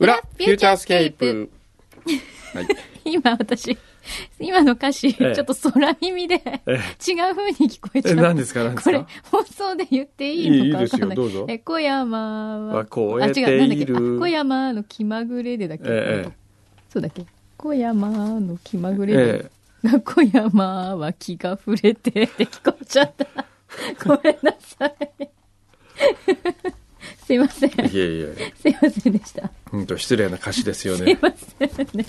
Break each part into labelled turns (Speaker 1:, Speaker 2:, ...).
Speaker 1: ューチャースケープ。はい。
Speaker 2: 今私、今の歌詞、
Speaker 1: ええ
Speaker 2: ちょっと空耳で、
Speaker 1: え
Speaker 2: 違う風に聞こえちゃ
Speaker 1: え、
Speaker 2: う。
Speaker 1: 何ですか何です
Speaker 2: これ
Speaker 1: か、
Speaker 2: 放送で言っていいのか
Speaker 1: いいいい
Speaker 2: わ
Speaker 1: です
Speaker 2: か
Speaker 1: よ
Speaker 2: んない。
Speaker 1: どうぞ
Speaker 2: え、小山は
Speaker 1: は、超えてい
Speaker 2: あ、違う、なんだっけ。
Speaker 1: る
Speaker 2: あ小山の気まぐれでだっけ、
Speaker 1: ええ
Speaker 2: そうだっけ。小山の気まぐれで。
Speaker 1: え
Speaker 2: が小山は気が触れてって聞こえち ゃった。ごめんなさい。 すいません。
Speaker 1: え、いえいえ、
Speaker 2: すいませんでした。
Speaker 1: うんと失礼な歌詞ですよ
Speaker 2: すい
Speaker 1: ね。
Speaker 2: ませんね。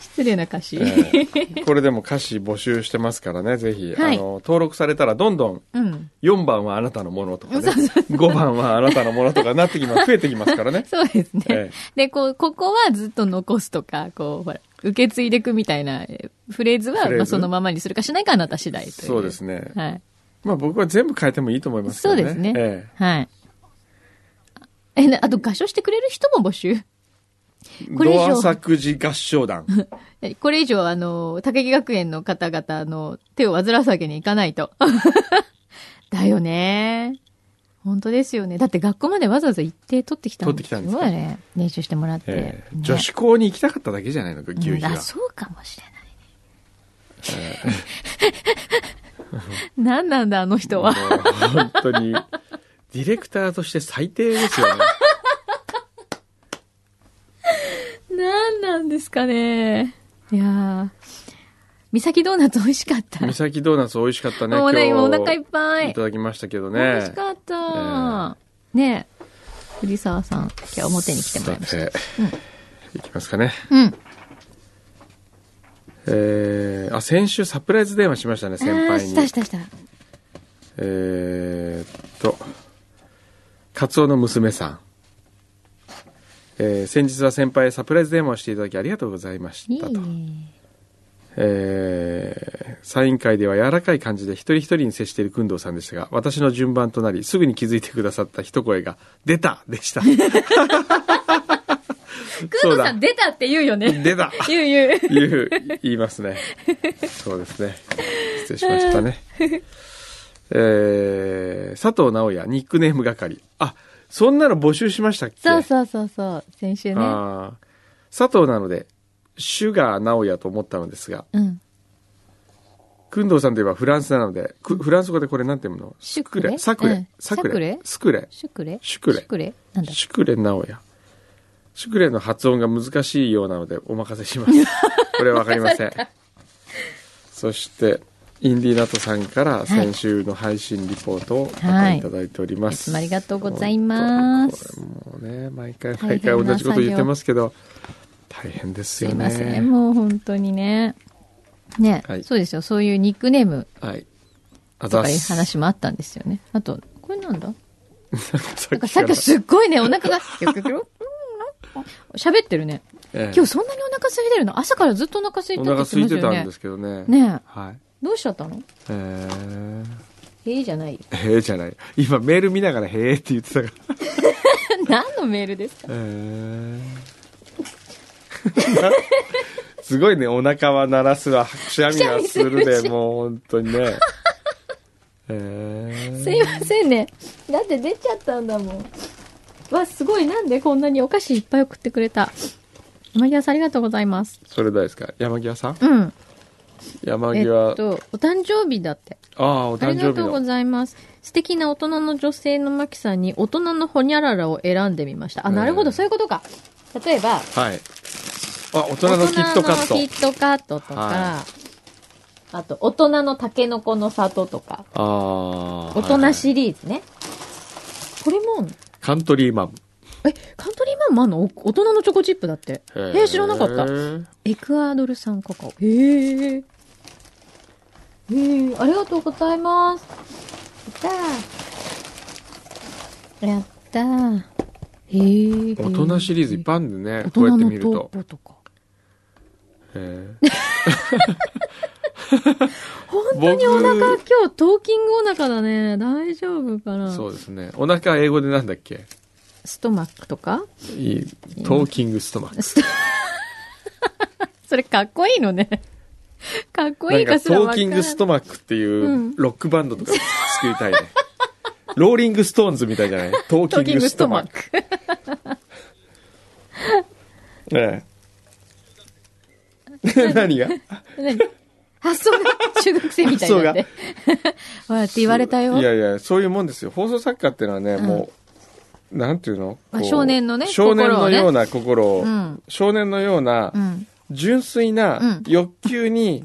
Speaker 2: 失礼な歌詞。
Speaker 1: ええこれでも歌詞募集してますからね、ぜひ、
Speaker 2: は
Speaker 1: あ
Speaker 2: い
Speaker 1: の、登録されたらどんどん
Speaker 2: うん。
Speaker 1: 4番はあなたのものとかね、5番はあなたのものとかなってきます、増えてきますから ね。
Speaker 2: そうですね。
Speaker 1: ええ
Speaker 2: で、こう、ここはずっと残すとか、こう、ほら、受け継いでいくみたいなえフレーズは、
Speaker 1: フレーズ
Speaker 2: まあ、そのままにするかしないかあなた次第という。
Speaker 1: そうですね。
Speaker 2: はい。
Speaker 1: まあ僕は全部変えてもいいと思いますけ
Speaker 2: そ
Speaker 1: ど
Speaker 2: う
Speaker 1: ね。
Speaker 2: ですね。
Speaker 1: え
Speaker 2: はい。え、なあと、合唱してくれる人も募集。
Speaker 1: え
Speaker 2: これ以
Speaker 1: ド
Speaker 2: 上
Speaker 1: ア作事合唱 団。
Speaker 2: えこれ以上、あの、竹木学園の方々の手を煩わすわけにいかないと。 だよね。本当ですよね。だって学校までわざわざ行って取ってきたの
Speaker 1: 取ってきたんです
Speaker 2: す
Speaker 1: か
Speaker 2: ごいね。練習してもらって。
Speaker 1: ええ
Speaker 2: ね
Speaker 1: 女子校に行きたかっただけじゃないのか、牛皮
Speaker 2: うんあ
Speaker 1: は。
Speaker 2: そうかもしれない。 何なんだ、あの人は。
Speaker 1: もう本当に、ディレクターとして最低ですよね。
Speaker 2: 何なんですかね。いやー。三崎ドーナツ美味しか った。
Speaker 1: 三崎ドーナツ美味しかったね。
Speaker 2: もうね、
Speaker 1: 今日
Speaker 2: 今お腹いっぱい。
Speaker 1: いただきましたけどね。
Speaker 2: 美味しかった。ねえ。藤沢さん、今日表に来てもらいました。
Speaker 1: さて、いきますかね。
Speaker 2: うん。
Speaker 1: えー、あ、先週サプライズ電話しましたね、先
Speaker 2: あー
Speaker 1: 輩
Speaker 2: し
Speaker 1: に。
Speaker 2: たしたした。
Speaker 1: えーっと、カツオの娘さん。えー先日は先輩へサプライズ電話をしていただきありがとうございま
Speaker 2: いい
Speaker 1: したと。えーサイン会では柔らかい感じで一人一人に接している工藤さんでしたが、私の順番となり、すぐに気づいてくださった一声が、出たで した。
Speaker 2: 工藤さん出たって言うよね。
Speaker 1: 出た
Speaker 2: 言う言う。
Speaker 1: 言う、言いますね。そうですね。失礼しましたね。えー、佐藤直也、ニックネーム係。あ、そんなの募集しましたっけ
Speaker 2: そうそうそうそう。先週ね。
Speaker 1: あー佐藤なので、シュガー直也と思ったのですが、
Speaker 2: うん。
Speaker 1: くんどうさんといえばフランスなので、くフランス語でこれなんていうの
Speaker 2: シュクレ
Speaker 1: サクレ、
Speaker 2: うん
Speaker 1: サクレ、
Speaker 2: サクレ
Speaker 1: スクレ、
Speaker 2: シュクレ
Speaker 1: シュクレ
Speaker 2: シュクレなんだ。
Speaker 1: シュクレ直也。シュクレの発音が難しいようなのでお任せし ます。これわかりません。そして、インディナトさんから先週の配信リポートをまたいただいております。
Speaker 2: いつもありがとうございます
Speaker 1: 本当にこれもうね、毎回毎回同じこと言ってますけど、大変です
Speaker 2: す
Speaker 1: よ
Speaker 2: い
Speaker 1: ね。
Speaker 2: ません。もう本当にね。ね、
Speaker 1: はい
Speaker 2: そうですよ。そういうニックネーム
Speaker 1: はい。あ
Speaker 2: と
Speaker 1: ざっ
Speaker 2: かいう
Speaker 1: す。
Speaker 2: 話もあったんですよね。あと、これなんだ
Speaker 1: さ
Speaker 2: な
Speaker 1: っ
Speaker 2: んか
Speaker 1: き
Speaker 2: さ
Speaker 1: か
Speaker 2: っ
Speaker 1: ら
Speaker 2: きすっごいね、お腹が、キョキョキョ喋ってるね。
Speaker 1: ええ
Speaker 2: 今日そんなにお腹空いてるの朝からずっとお腹空いて
Speaker 1: お
Speaker 2: るって
Speaker 1: 腹
Speaker 2: 言って
Speaker 1: 空い
Speaker 2: ます
Speaker 1: て
Speaker 2: よ
Speaker 1: た
Speaker 2: ね
Speaker 1: んで。すけどね。
Speaker 2: ねえ
Speaker 1: はい。
Speaker 2: どうしちゃったの
Speaker 1: えー
Speaker 2: ええじゃない。
Speaker 1: へえじゃない。今メール見ながらへえって言ってたから。
Speaker 2: 何のメールですか
Speaker 1: え ーすごいね、お腹は鳴らすわ、くしゃみはする
Speaker 2: くしゃみ
Speaker 1: で、
Speaker 2: するし
Speaker 1: もう本当に ね。え
Speaker 2: すいませんね。だって出ちゃったんだもん。わ、すごい。なんでこんなにお菓子いっぱい送ってくれた。山際さんありがとうございます。
Speaker 1: ー、それ誰ですか山際さん
Speaker 2: うん。
Speaker 1: 山
Speaker 2: えっ
Speaker 1: 際、
Speaker 2: と、お誕生日だって。
Speaker 1: ああ、お
Speaker 2: あ
Speaker 1: 誕
Speaker 2: りが
Speaker 1: 生
Speaker 2: とうご
Speaker 1: 日の。
Speaker 2: ざいます。素敵な大人の女性のマキさんに大人のホニャララを選んでみました。あ、なるほ
Speaker 1: え
Speaker 2: ど、
Speaker 1: ー
Speaker 2: そういうことか。例えば、
Speaker 1: はい。あ、大人のキットカッ
Speaker 2: 大人の
Speaker 1: ト。
Speaker 2: キットカットとか、
Speaker 1: は
Speaker 2: あと、大人のタケノコの里とか、
Speaker 1: ああ。
Speaker 2: 大人
Speaker 1: い。
Speaker 2: シリーズね。これも、
Speaker 1: カントリーマン。
Speaker 2: え、カントリーマンもあんのお大人のチョコチップだって。えー、知らなかった。エクアドル産カカオ。へえ。へえ、ありがとうございます。やったー。やったー。へえ。
Speaker 1: 大人シリーズいっぱいあるんでね
Speaker 2: 大、
Speaker 1: こうや
Speaker 2: 人
Speaker 1: って
Speaker 2: の
Speaker 1: 見る
Speaker 2: トッ
Speaker 1: と。
Speaker 2: ポとか。
Speaker 1: えー
Speaker 2: 本当にお腹、今日トーキングお腹だね。大丈夫かな
Speaker 1: そうですね。お腹は英語でなんだっけ
Speaker 2: ストマックとか
Speaker 1: いいトーキングストマック。
Speaker 2: スト それかっこいいのね。かっこい
Speaker 1: ないん
Speaker 2: か
Speaker 1: か
Speaker 2: すらわ
Speaker 1: トー
Speaker 2: から
Speaker 1: キングストマックっていうロックバンドとか作り たいね。ローリングストーンズみたいじゃないトー
Speaker 2: トー
Speaker 1: キン
Speaker 2: キン
Speaker 1: グ
Speaker 2: グ
Speaker 1: ス
Speaker 2: ス
Speaker 1: ト
Speaker 2: ト
Speaker 1: マ
Speaker 2: マ
Speaker 1: ッ
Speaker 2: ッ
Speaker 1: ク。
Speaker 2: ク。
Speaker 1: ええ。 何が
Speaker 2: 何発 想が中学生みたいになって。 わーって言われたよ。
Speaker 1: いやいや、そういうもんですよ。放送作家っていうのはね、もう、なんていうの
Speaker 2: まあ
Speaker 1: こう
Speaker 2: 少年のね
Speaker 1: 少年
Speaker 2: 心を
Speaker 1: の
Speaker 2: ね
Speaker 1: ような心を
Speaker 2: うん、
Speaker 1: 少年のような
Speaker 2: う、ん。
Speaker 1: 純粋な
Speaker 2: うん
Speaker 1: 欲求に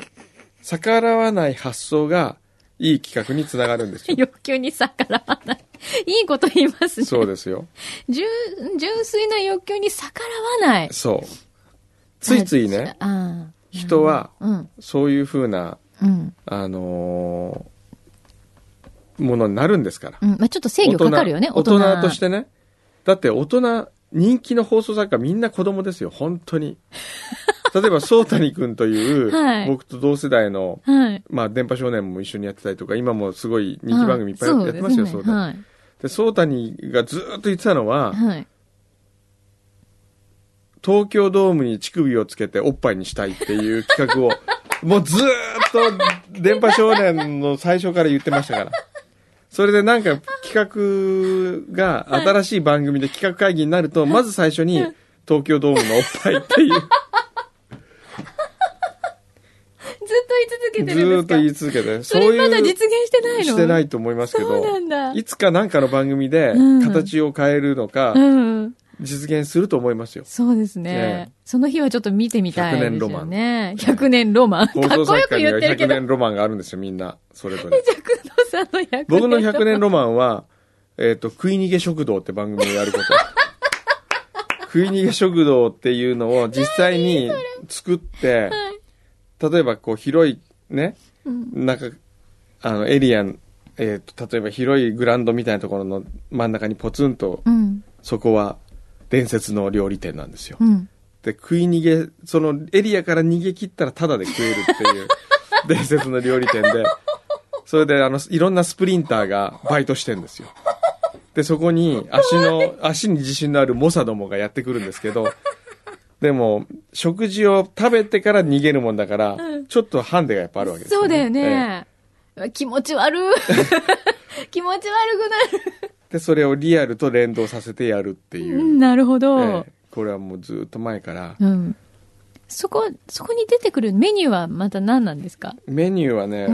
Speaker 1: 逆らわない発想が、いい企画につながるんですよ。
Speaker 2: 欲求に逆らわない。いいこと言いますね。
Speaker 1: そうですよ。
Speaker 2: 純、純粋な欲求に逆らわない。
Speaker 1: そう。ついついね、
Speaker 2: ああ。
Speaker 1: 人は、
Speaker 2: うん。
Speaker 1: そういうふうな、
Speaker 2: うん。
Speaker 1: あのーものになるんですから
Speaker 2: う。ん。まあちょっと制御かかるよね、
Speaker 1: 大人大人としてね。だって大人、人気の放送作家みんな子供ですよ、本当 に。例えば、宗谷くんという、
Speaker 2: はい
Speaker 1: 僕と同世代の、
Speaker 2: はい。
Speaker 1: まあ、電波少年も一緒にやってたりとか、今もすごい人気番組いっぱいやってますよ、
Speaker 2: そ
Speaker 1: そうう
Speaker 2: ですね
Speaker 1: だ。
Speaker 2: はい。
Speaker 1: で、宗谷がずーっと言ってたのは、
Speaker 2: はい。
Speaker 1: 東京ドームに乳首をつけておっぱいにしたいっていう企画 を、もうずーっと電波少年の最初から言ってましたから。それでなんか企画が新しい番組で企画会議になると、まず最初に東京ドームのおっぱいって いう、
Speaker 2: ずっと言い続けて
Speaker 1: ず
Speaker 2: るんで
Speaker 1: ー
Speaker 2: す
Speaker 1: っ
Speaker 2: か
Speaker 1: と言い続けて、
Speaker 2: そ
Speaker 1: そう
Speaker 2: れまだ
Speaker 1: い
Speaker 2: 実
Speaker 1: う
Speaker 2: 現してないの。
Speaker 1: してないいと思いますけ
Speaker 2: そうな
Speaker 1: ど、
Speaker 2: んだ。
Speaker 1: いつかなんかの番組で
Speaker 2: うん
Speaker 1: 形を変えるのか
Speaker 2: う、ん。
Speaker 1: 実現すると思いますよ。
Speaker 2: そうですね。
Speaker 1: え
Speaker 2: その日はちょっと見てみたいですよね。
Speaker 1: 100年ロマン
Speaker 2: 100年ロマン。か
Speaker 1: 放送
Speaker 2: っこよ
Speaker 1: 作
Speaker 2: く
Speaker 1: 家に
Speaker 2: 言
Speaker 1: は
Speaker 2: ってるけ
Speaker 1: 100
Speaker 2: ど、
Speaker 1: 年ロマンがあるんですよ、みんな。そ れぞれ。
Speaker 2: ジャクノさんの100年
Speaker 1: 僕の100年
Speaker 2: ロ
Speaker 1: ロマンは、えっ、と、食い逃げ食堂って番組をやる こと。食い逃げ食堂っていうのを実際に作って、例えばこう広いね、
Speaker 2: マン。うん
Speaker 1: なんか、あの、エリアン、えっ、と、例えば広いグラウンドみたいなところの真ん中にポツンと、
Speaker 2: うん。
Speaker 1: そこは伝説の料理店なんですよ。
Speaker 2: うん。
Speaker 1: で、食い逃げ、そのエリアから逃げ切ったらタダで食えるって いう伝説の料理店で、それであの、いろんなスプリンターがバイトしてんですよ。で、そこに足の、足に自信のある猛者どもがやってくるんですけど、でも、食事を食べてから逃げるもんだから、ちょっとハンデがやっぱあるわけですよ、
Speaker 2: そうだよ
Speaker 1: ええ。
Speaker 2: ね。気持ち悪 い。気持ち悪くな
Speaker 1: で、それをリアルと連動させてやるってい
Speaker 2: る。うん
Speaker 1: う。
Speaker 2: なるほ
Speaker 1: え
Speaker 2: ど
Speaker 1: え。これはもうずっと前から、
Speaker 2: うん。そこ、そこに出てくるメニューはまた何なんですか
Speaker 1: メニューはね、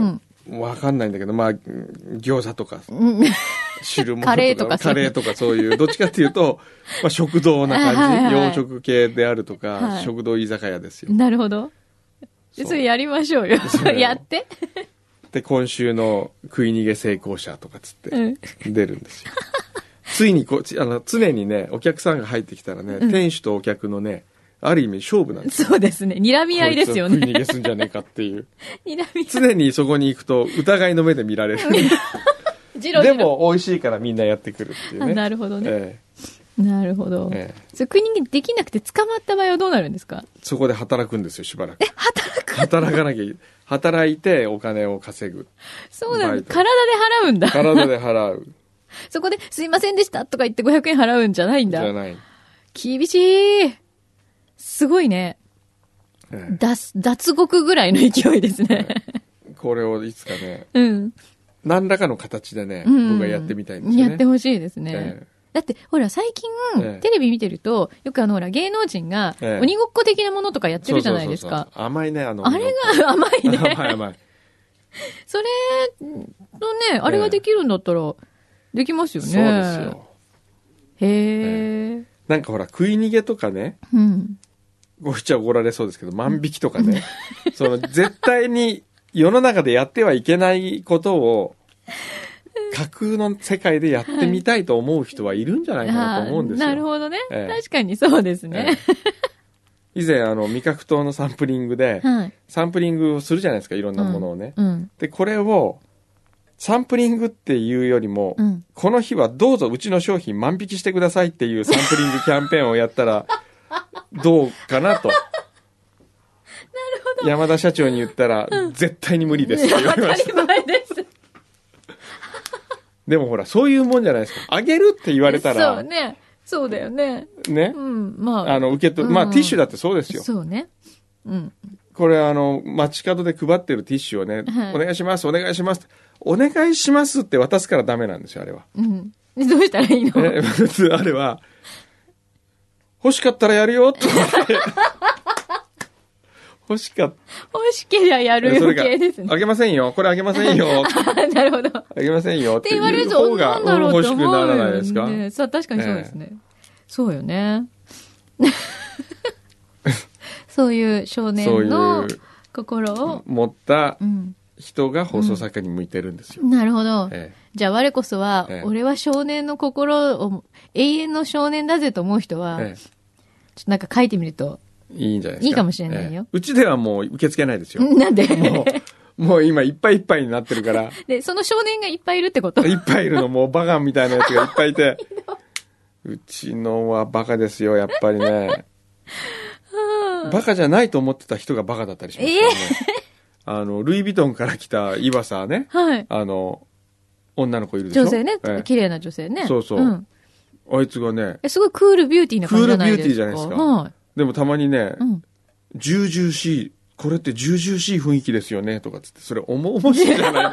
Speaker 1: わ、かんないんだけど、まあ、餃子とか、
Speaker 2: うん。
Speaker 1: 汁物
Speaker 2: カレーとかそう
Speaker 1: カレーとかそういう、どっちかっていうと、まあ、食堂な感じ、
Speaker 2: はいはいはい
Speaker 1: 洋食系であるとか、
Speaker 2: はい
Speaker 1: 食堂居酒屋ですよ。
Speaker 2: なるほど。
Speaker 1: そう
Speaker 2: それやりましょうよ
Speaker 1: そう。よ
Speaker 2: やって。
Speaker 1: で、今週の食い逃げ成功者とかつっ
Speaker 2: う
Speaker 1: て
Speaker 2: ん。
Speaker 1: 出るんですよ。ついにこちあの、常にね、お客さんが入ってきたらね、店主とお客のね、ある意味勝負なんですよ。
Speaker 2: そうですね。睨み合いですよ
Speaker 1: こいつ
Speaker 2: ね
Speaker 1: は食い。逃げすんじゃねえかっていう。
Speaker 2: 睨み合い。
Speaker 1: 常にそこに行くと疑いの目で見られる。
Speaker 2: ジロジ
Speaker 1: で
Speaker 2: ロ。
Speaker 1: も美味しいからみんなやってくるっていう
Speaker 2: あ
Speaker 1: ね。
Speaker 2: なるほどね。
Speaker 1: え
Speaker 2: なるほど。
Speaker 1: えええ
Speaker 2: それ国にできなくて捕まった場合はどうなるんですか
Speaker 1: そこで働くんですよ、しばらく。 働く働かなきゃいい。働いてお金を稼ぐ。
Speaker 2: そうな
Speaker 1: バ
Speaker 2: の。
Speaker 1: イト
Speaker 2: 体で払うんだ。
Speaker 1: 体で払う。
Speaker 2: そこで、すいませんでしたとか言って500円払うんじゃないん
Speaker 1: じ
Speaker 2: だ
Speaker 1: ゃ。ない。
Speaker 2: 厳しい。すごいね。
Speaker 1: え
Speaker 2: 脱、脱獄ぐらいの勢いですね。
Speaker 1: えこれをいつかね、
Speaker 2: うん。
Speaker 1: 何らかの形でね、
Speaker 2: うん
Speaker 1: 僕はやってみたいんですよね。
Speaker 2: やってほしいですね。
Speaker 1: え
Speaker 2: だって、ほら、最近、
Speaker 1: ええ
Speaker 2: テレビ見てると、よくあの、ほら、芸能人が、
Speaker 1: ええ
Speaker 2: 鬼ごっこ的なものとかやっ
Speaker 1: え
Speaker 2: てるじゃないです
Speaker 1: そうそう
Speaker 2: か
Speaker 1: そう。そう甘いね、あの。
Speaker 2: あれが甘い ね。
Speaker 1: 甘い甘い。
Speaker 2: それのね、あれができるんだったら、できますよ
Speaker 1: そう
Speaker 2: ね。
Speaker 1: ですよ。
Speaker 2: へえ、
Speaker 1: なんかほら、食い逃げとかね、
Speaker 2: うん。
Speaker 1: ごっちゃ怒られそうですけど、万引きとかね。 その、絶対に世の中でやってはいけないことを、架空の世界でやってみたいと思う人はいるんじゃないかなと思うんですよ。
Speaker 2: あーなるほどね、
Speaker 1: ええ
Speaker 2: 確かにそうです
Speaker 1: え
Speaker 2: ね。
Speaker 1: え以前、あの、味覚糖のサンプリングで、
Speaker 2: はい。
Speaker 1: サンプリングをするじゃないですか、いろんなものをね。
Speaker 2: うん。
Speaker 1: で、これを、サンプリングっていうよりも、
Speaker 2: うん。
Speaker 1: この日はどうぞうちの商品万引きしてくださいっていうサンプリングキャンペーンをやった ら、どうかなと。山田社長に言ったら、絶対に無理ですって言われ
Speaker 2: 当
Speaker 1: ま
Speaker 2: た
Speaker 1: した。
Speaker 2: り前です。
Speaker 1: でもほら、そういうもんじゃないですか。あげるって言われた
Speaker 2: そう
Speaker 1: ら、ね。
Speaker 2: ね。そうだよね。うん。まあ。
Speaker 1: あの、受け取る、まあ、
Speaker 2: うん
Speaker 1: ティッシュだってそうですよ。
Speaker 2: そうね。うん。
Speaker 1: これあの、街角で配ってるティッシュをね、
Speaker 2: はい
Speaker 1: お願いします、お願いします。お願いしますって渡すからダメなんですよ、あれは。
Speaker 2: うん。でどうしたらいいの
Speaker 1: え、普通あれは、欲しかったらやるよ と思って。欲しかっ
Speaker 2: 欲しけりゃや
Speaker 1: た。
Speaker 2: る
Speaker 1: それ
Speaker 2: 余
Speaker 1: が
Speaker 2: 計ですね。
Speaker 1: あげませんよ。これあげません よ。
Speaker 2: なるほど。っ
Speaker 1: あげませんよ。ってて
Speaker 2: 言われる
Speaker 1: いう
Speaker 2: と、
Speaker 1: 方
Speaker 2: な
Speaker 1: が
Speaker 2: んだろう
Speaker 1: 欲
Speaker 2: っ
Speaker 1: してく
Speaker 2: 思
Speaker 1: な
Speaker 2: う
Speaker 1: らない
Speaker 2: よ
Speaker 1: ですか。
Speaker 2: ね。さ確かにそうですね。そうよ ね。そういう少
Speaker 1: そう
Speaker 2: 年の
Speaker 1: いう
Speaker 2: 心を。
Speaker 1: 持った
Speaker 2: うん。
Speaker 1: 人が放送作家に向いてるんですよ。
Speaker 2: なるほど。
Speaker 1: ええ
Speaker 2: じゃあ我こそは
Speaker 1: ええ、
Speaker 2: 俺は少年の心を、永遠の少年だぜと思う人は、
Speaker 1: え
Speaker 2: ちょっとなんか書いてみると、
Speaker 1: えいいんじゃないですか。
Speaker 2: いいかもしれないよ
Speaker 1: ええうちではもう受け付けない ですよ。
Speaker 2: なんで
Speaker 1: もう、もう今いっぱいいっぱいになってるから、
Speaker 2: で、その少年がいっぱいいるってこと
Speaker 1: いっぱいいるの、もうバカみたいなやつがいっぱいいて。うちのはバカですよ、やっぱりね。バカじゃないと思ってた人がバカだったりしますからね。あの、ルイ・ヴィトンから来た岩佐ね、
Speaker 2: はい。
Speaker 1: あの、女の子いるでしょ
Speaker 2: 女性ね
Speaker 1: ええ、
Speaker 2: 綺麗な女性ね。
Speaker 1: そうそうんあいつがね、
Speaker 2: え、すごいクールビューティーな感じじゃないです
Speaker 1: クールビュー
Speaker 2: か。
Speaker 1: ティーじゃないですか
Speaker 2: はい。
Speaker 1: でもたまにね、
Speaker 2: うん。
Speaker 1: ジュージューシー、これってジュージューシー雰囲気ですよね、とかっつって、それおも、面白いじゃないの。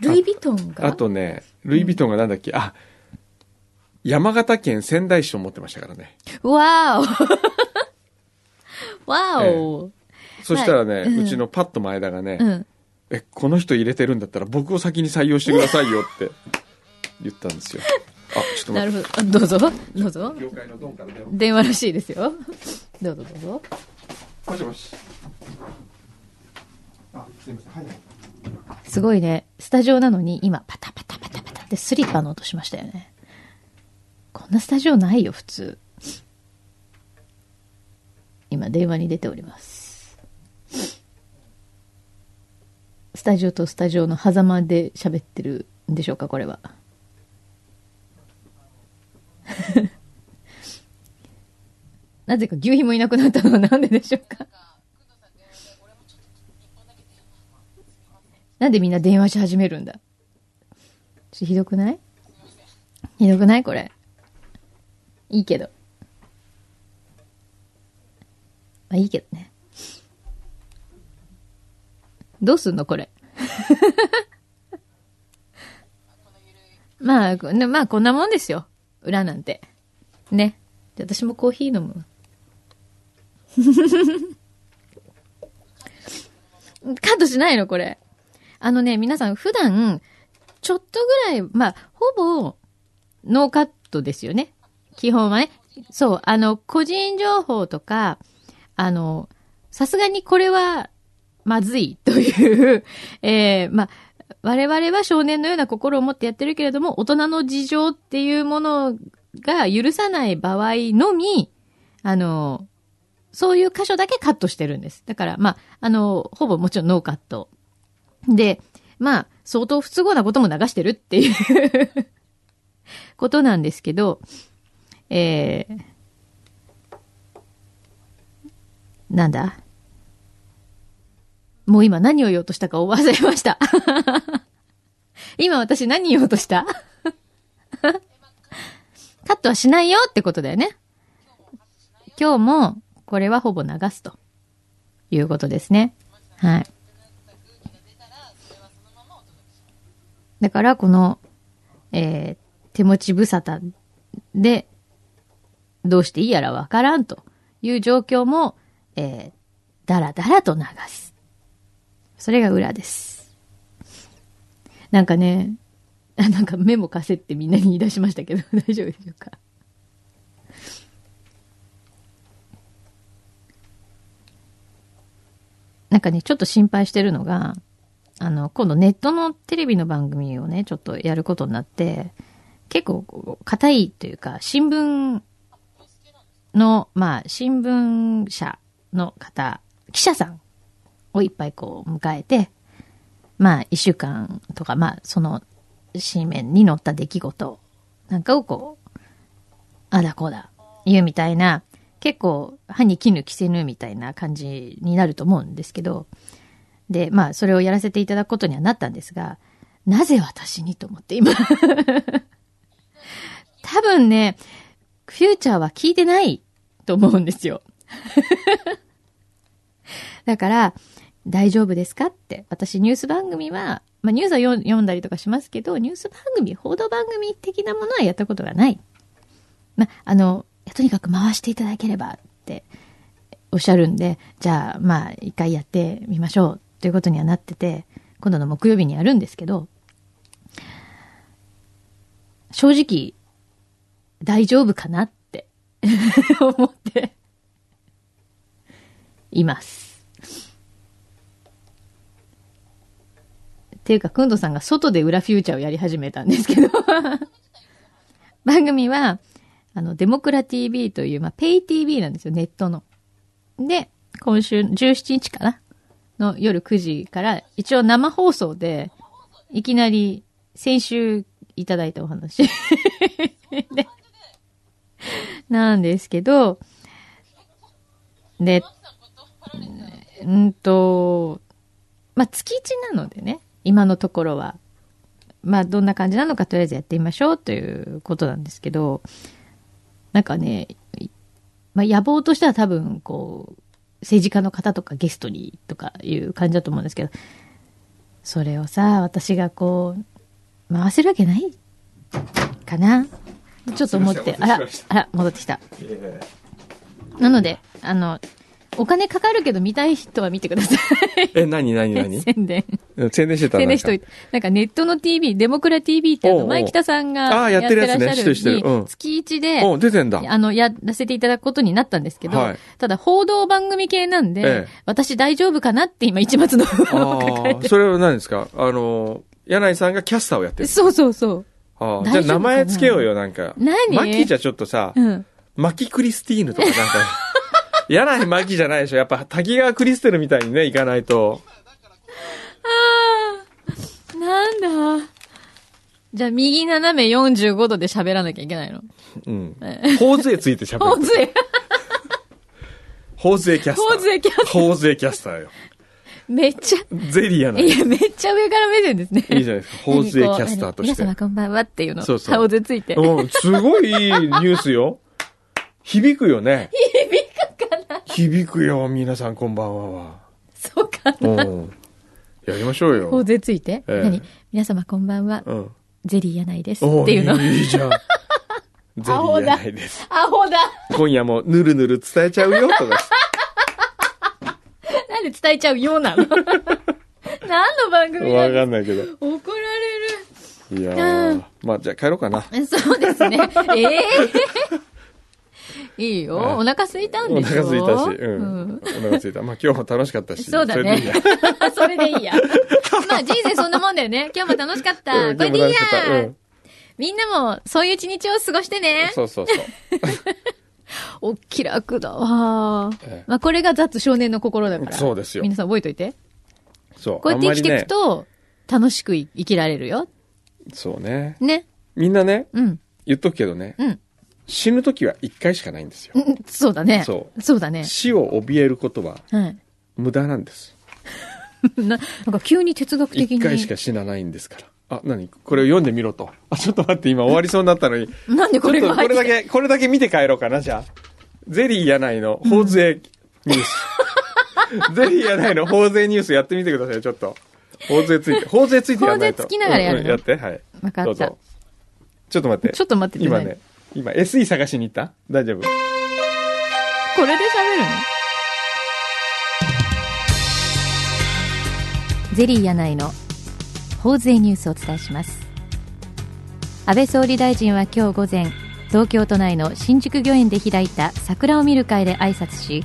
Speaker 2: ルイ・ヴィトンが。
Speaker 1: あとね、ルイ・ヴィトンがなんだっけ、あ、山形県仙台市を持ってましたからね。
Speaker 2: わーおわーお、
Speaker 1: そしたらね、
Speaker 2: はいう
Speaker 1: うんちのパッと前田がね、
Speaker 2: うん。
Speaker 1: え、この人入れてるんだったら僕を先に採用してくださいよって言ったんです よ。あ、ちょっと
Speaker 2: な
Speaker 1: 待っ
Speaker 2: るほど。あどうぞ。どうぞ
Speaker 1: て。。業界のドンから電話
Speaker 2: 電話らしいですよ。どうぞどうぞ。
Speaker 1: もしもし。あ、すいません。はい。
Speaker 2: すごいね。スタジオなのに今、パタパタパタパタってスリッパの音しましたよね。こんなスタジオないよ、普通。今、電話に出ております。スタジオとスタジオの狭間で喋ってるんでしょうか、これは。なぜか牛皮もいなくなったのはなんででしょうか。なんでみんな電話し始めるんだちょっとひどくないひどくないこれ。いいけど。まあいいけどね。どうすんのこれ。 まあ、こねまあこんなもんですよ。裏なんて。ね。じゃあ私もコーヒー飲むわ。カットしないのこれ。あのね、皆さん普段、ちょっとぐらい、まあ、ほぼ、ノーカットですよね。基本はね。そう、あの、個人情報とか、あの、さすがにこれは、まずいという、 えーまあ、我々は少年のような心を持ってやってるけれども、大人の事情っていうものが許さない場合のみ、あの、そういう箇所だけカットしてるんです。だから、まあ、あの、ほぼもちろんノーカットで、まあ、相当不都合なことも流してるっていう ことなんですけど、えー、なんだもう今何を言おうとしたか忘れました。 今私何言おうとした カットはしないよってことだよね。今日もこれはほぼ流すということですね。はい。だから、この、えー手持ち無沙汰で、どうしていいやらわからんという状況も、えー、だらだらと流す。それが裏です。なんかね、あなんかメモ貸せってみんなに言い出しましたけど、 大丈夫でしょうか。なんかね、ちょっと心配してるのが、あの、今度ネットのテレビの番組をね、ちょっとやることになって、結構こう、硬いというか、新聞の、まあ、新聞社の方、記者さんをいっぱいこう、迎えて、まあ、一週間とか、まあ、その、紙面に載った出来事なんかをこう、あだこうだ、言うみたいな、結構、歯に絹着せぬみたいな感じになると思うんですけど、で、まあ、それをやらせていただくことにはなったんですが、なぜ私にと思って今。 多分ね、フューチャーは聞いてないと思うんですよ。 だから、大丈夫ですかって。私、ニュース番組は、まあ、ニュースはよ読んだりとかしますけど、ニュース番組、報道番組的なものはやったことがない。ま、あの、とにかく回していただければっておっしゃるんで、じゃあ、まあ、一回やってみましょうということにはなってて、今度の木曜日にやるんですけど、正直、大丈夫かなって 思っています。っていうか、くんどさんが外で裏フューチャーをやり始めたんですけど 番組は、あの、デモクラ TV という、まあ、ペイ TV なんですよ、ネットの。で、今週17日かなの夜9時から、一応生放送で、いきなり先週いただいたお話 で。なんですけど、で、うんと、まあ、月1なのでね、今のところは。まあ、どんな感じなのかとりあえずやってみましょうということなんですけど、なんかね、まあ、野望としては多分、こう、政治家の方とかゲストにとかいう感じだと思うんですけど、それをさ、私がこう、回せるわけないかなちょっと思って、あら、あら、戻ってきた。なので、あの、お金かかるけど見たい人は見てください
Speaker 1: え、なになになに
Speaker 2: 宣伝。
Speaker 1: 宣伝してた
Speaker 2: 宣伝しといて。なんかネットの TV、デモクラ TV ってあの、前北さんが
Speaker 1: ああ、やってるやつね。知ってる知ってる。
Speaker 2: 月一で、出
Speaker 1: てんだ。
Speaker 2: あの、やらせていただくことになったんですけど、はい、ただ報道番組系なんで、ええ、私大丈夫かなって今一末の不安を抱えて。
Speaker 1: それは何ですかあの、柳井さんがキャスターをやってる。
Speaker 2: そうそうそう。
Speaker 1: ああ、じゃあ名前つけようよ、なんか。
Speaker 2: 何
Speaker 1: マキじゃちょっとさ、うん、マキクリスティーヌとかなん か。柳井真紀じゃないでしょ。やっぱ滝川クリステルみたいにね、行かないと。
Speaker 2: ああ、なんだ。じゃあ、右斜め45度で喋らなきゃいけないの
Speaker 1: うん。頬杖ついて喋る。
Speaker 2: 頬杖。
Speaker 1: 頬杖キャスター。
Speaker 2: 頬杖キャスター。
Speaker 1: 頬杖キャスターよ。
Speaker 2: めっちゃ。
Speaker 1: ゼリーやない。
Speaker 2: いや、めっちゃ上から目線ですね。
Speaker 1: いいじゃないですか。頬杖キャスターとして。
Speaker 2: 皆様こんばんはっていうの。そうそう。頬杖ついて。
Speaker 1: うん、すごいいいニュース よ。響くよね。
Speaker 2: 響く。
Speaker 1: 響くよ、皆さんこんばんは。
Speaker 2: そうかな。
Speaker 1: やりましょうよ。
Speaker 2: 頬杖ついて、ええ、何皆様こんばんは。うん、ゼリーやないです。っていうの。
Speaker 1: いいじ ゃん。ゼリーやないです。
Speaker 2: アホだ。
Speaker 1: 今夜もぬるぬる伝えちゃうよ、とか。
Speaker 2: なんで伝えちゃうよう なの何の番組
Speaker 1: わかんないけど。
Speaker 2: 怒ら
Speaker 1: れる。いやまあじゃあ帰ろうかな。
Speaker 2: そうですね。え えーいいよ。お腹すいたんで
Speaker 1: しょお腹すいたし。うん。お腹すいた。まあ今日も楽しかったし。
Speaker 2: そうだね。 それでいいや。まあ人生そんなもんだよね。今日も楽しかった。これでいいや。みんなもそういう一日を過ごしてね。
Speaker 1: そう そうそう。
Speaker 2: お気楽だわ。まあこれが雑少年の心だから。
Speaker 1: そうですよ。
Speaker 2: 皆さん覚えといて。
Speaker 1: そう。
Speaker 2: こうやって生きていくと、楽しく生きられるよ。
Speaker 1: そうね。
Speaker 2: ね。
Speaker 1: みんなね。
Speaker 2: うん。
Speaker 1: 言っとくけどね。
Speaker 2: うん。
Speaker 1: 死ぬ時は一回しかないんですよ。
Speaker 2: そうだね。
Speaker 1: そう。
Speaker 2: そうだね。
Speaker 1: 死を怯えることは、無駄なんです。
Speaker 2: ななんか急に哲学的に。
Speaker 1: 一回しか死なないんですから。あ、何これを読んでみろと。 あ、ちょっと待って、今終わりそうになったのに。
Speaker 2: なんでこれが
Speaker 1: これだけ、これだけ見て帰ろうかな、じゃあ。ゼリーやないの、頬税ニュー ス。ゼリーやないの、頬税ニュースやってみてください、ちょっと。頬税ついて。頬税ついてや
Speaker 2: らないと。つきながらやる、
Speaker 1: やって、はい。
Speaker 2: 分かった。ちょ
Speaker 1: っと待って。
Speaker 2: ちょっと待って
Speaker 1: 今ね。今 SE 探しに行った大丈夫こ
Speaker 2: れで喋るのゼリーやないの法税ニュースをお伝えします安倍総理大臣は今日午前東京都内の新宿御苑で開いた桜を見る会で挨拶し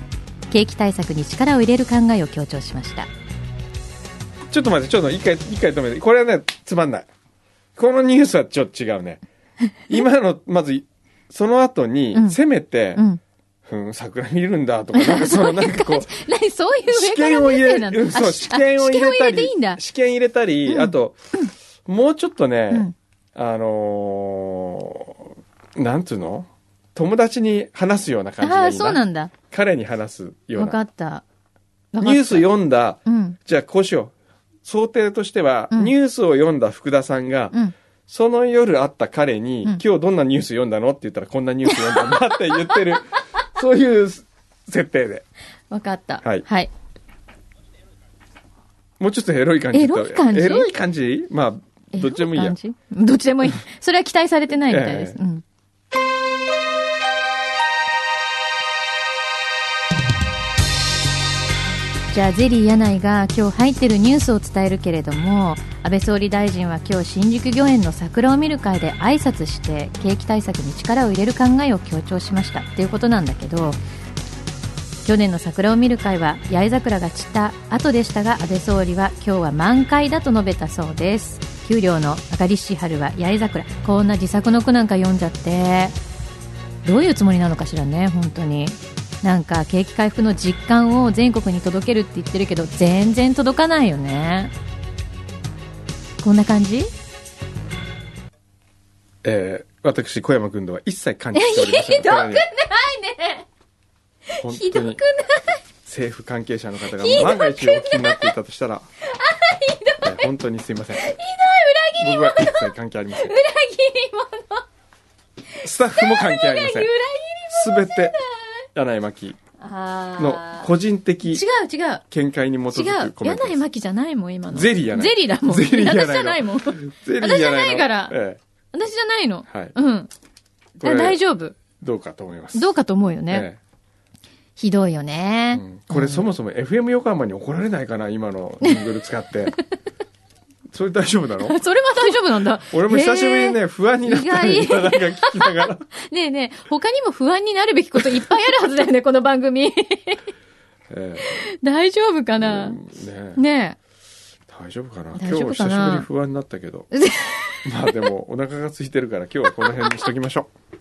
Speaker 2: 景気対策に力を入れる考えを強調しました
Speaker 1: ちょっと待ってちょっと一回一回止めてこれはねつまんないこのニュースはちょっと違う ね今のまずその後に、せめて、うん、うん、桜見るんだとか、なんか その、なんかこう。
Speaker 2: 何、そういう
Speaker 1: 試験を入れ、そう、試験を入れたり、試験入れたり、あと、もうちょっとね、あのなんつうの友達に話すような感じが
Speaker 2: ああ、そうなんだ。
Speaker 1: 彼に話すような。
Speaker 2: わかった。
Speaker 1: ニュース読んだ、じゃあこうしよう。想定としては、ニュースを読んだ福田さんが、その夜会った彼に、うん、今日どんなニュース読んだのって言ったら、こんなニュース読んだんだって言って る、そういう設定で。
Speaker 2: わかった。
Speaker 1: はい。
Speaker 2: はい。
Speaker 1: もうちょっとエロい感じ
Speaker 2: エロい感じ
Speaker 1: エロい感じまあ、どっちでもいいや。
Speaker 2: どっちでもいい。それは期待されてないみたいです。えー、うん。じゃあゼリー柳井が今日入ってるニュースを伝えるけれども安倍総理大臣は今日新宿御苑の桜を見る会で挨拶して景気対策に力を入れる考えを強調しましたっていうことなんだけど去年の桜を見る会は八重桜が散った後でしたが安倍総理は今日は満開だと述べたそうです給料の上がりし春は八重桜こんな自作の句なんか読んじゃってどういうつもりなのかしらね本当になんか景気回復の実感を全国に届けるって言ってるけど全然届かないよねこんな感じ
Speaker 1: えー、私小山君とは一切関係しておりません
Speaker 2: ひどくないね
Speaker 1: 本
Speaker 2: ひ
Speaker 1: 当
Speaker 2: どくな
Speaker 1: に
Speaker 2: い
Speaker 1: 政府関係者の方が
Speaker 2: ひどくない
Speaker 1: 万が一お聞きになっていたと したらえー本当にすいません
Speaker 2: ひどい裏切り
Speaker 1: 僕
Speaker 2: 者
Speaker 1: は一切関係ありません
Speaker 2: 裏切り者
Speaker 1: スタッフも関係ありません
Speaker 2: 裏切り
Speaker 1: 全て柳井真紀
Speaker 2: あー
Speaker 1: の個人的
Speaker 2: 違う違う
Speaker 1: 見解に基
Speaker 2: 違
Speaker 1: づく
Speaker 2: う
Speaker 1: コメント
Speaker 2: 柳
Speaker 1: で
Speaker 2: 井
Speaker 1: す
Speaker 2: 真紀じゃないもん今の
Speaker 1: ゼリー柳井
Speaker 2: ゼリーだもん
Speaker 1: ゼリー柳井の
Speaker 2: 私じゃな いもん私
Speaker 1: ゼ
Speaker 2: 私じゃないから
Speaker 1: え
Speaker 2: じゃないの、
Speaker 1: えはい
Speaker 2: うん
Speaker 1: これ
Speaker 2: 大丈夫
Speaker 1: どうかと思います
Speaker 2: どうかと思うよ
Speaker 1: う
Speaker 2: ね、ひどいよね、
Speaker 1: うんこれそもそも FM 横浜に怒られないかな今のジングル使って それ大丈夫だろ
Speaker 2: それは大丈夫なんだ
Speaker 1: 俺も久しぶりに
Speaker 2: へ
Speaker 1: ね不安になったの
Speaker 2: 意
Speaker 1: 今なんか聞きながら
Speaker 2: えねえねえ他にも不安になるべきこといっぱいあるはずだよねこの番組
Speaker 1: え
Speaker 2: 大丈夫か
Speaker 1: え
Speaker 2: な、
Speaker 1: うんね
Speaker 2: ね
Speaker 1: 大丈夫かな今
Speaker 2: 大
Speaker 1: 日
Speaker 2: 丈
Speaker 1: 久
Speaker 2: 夫
Speaker 1: し
Speaker 2: かな
Speaker 1: ぶりに不安になったけどまあでもお腹が空いてるから今日はこの辺にしときましょう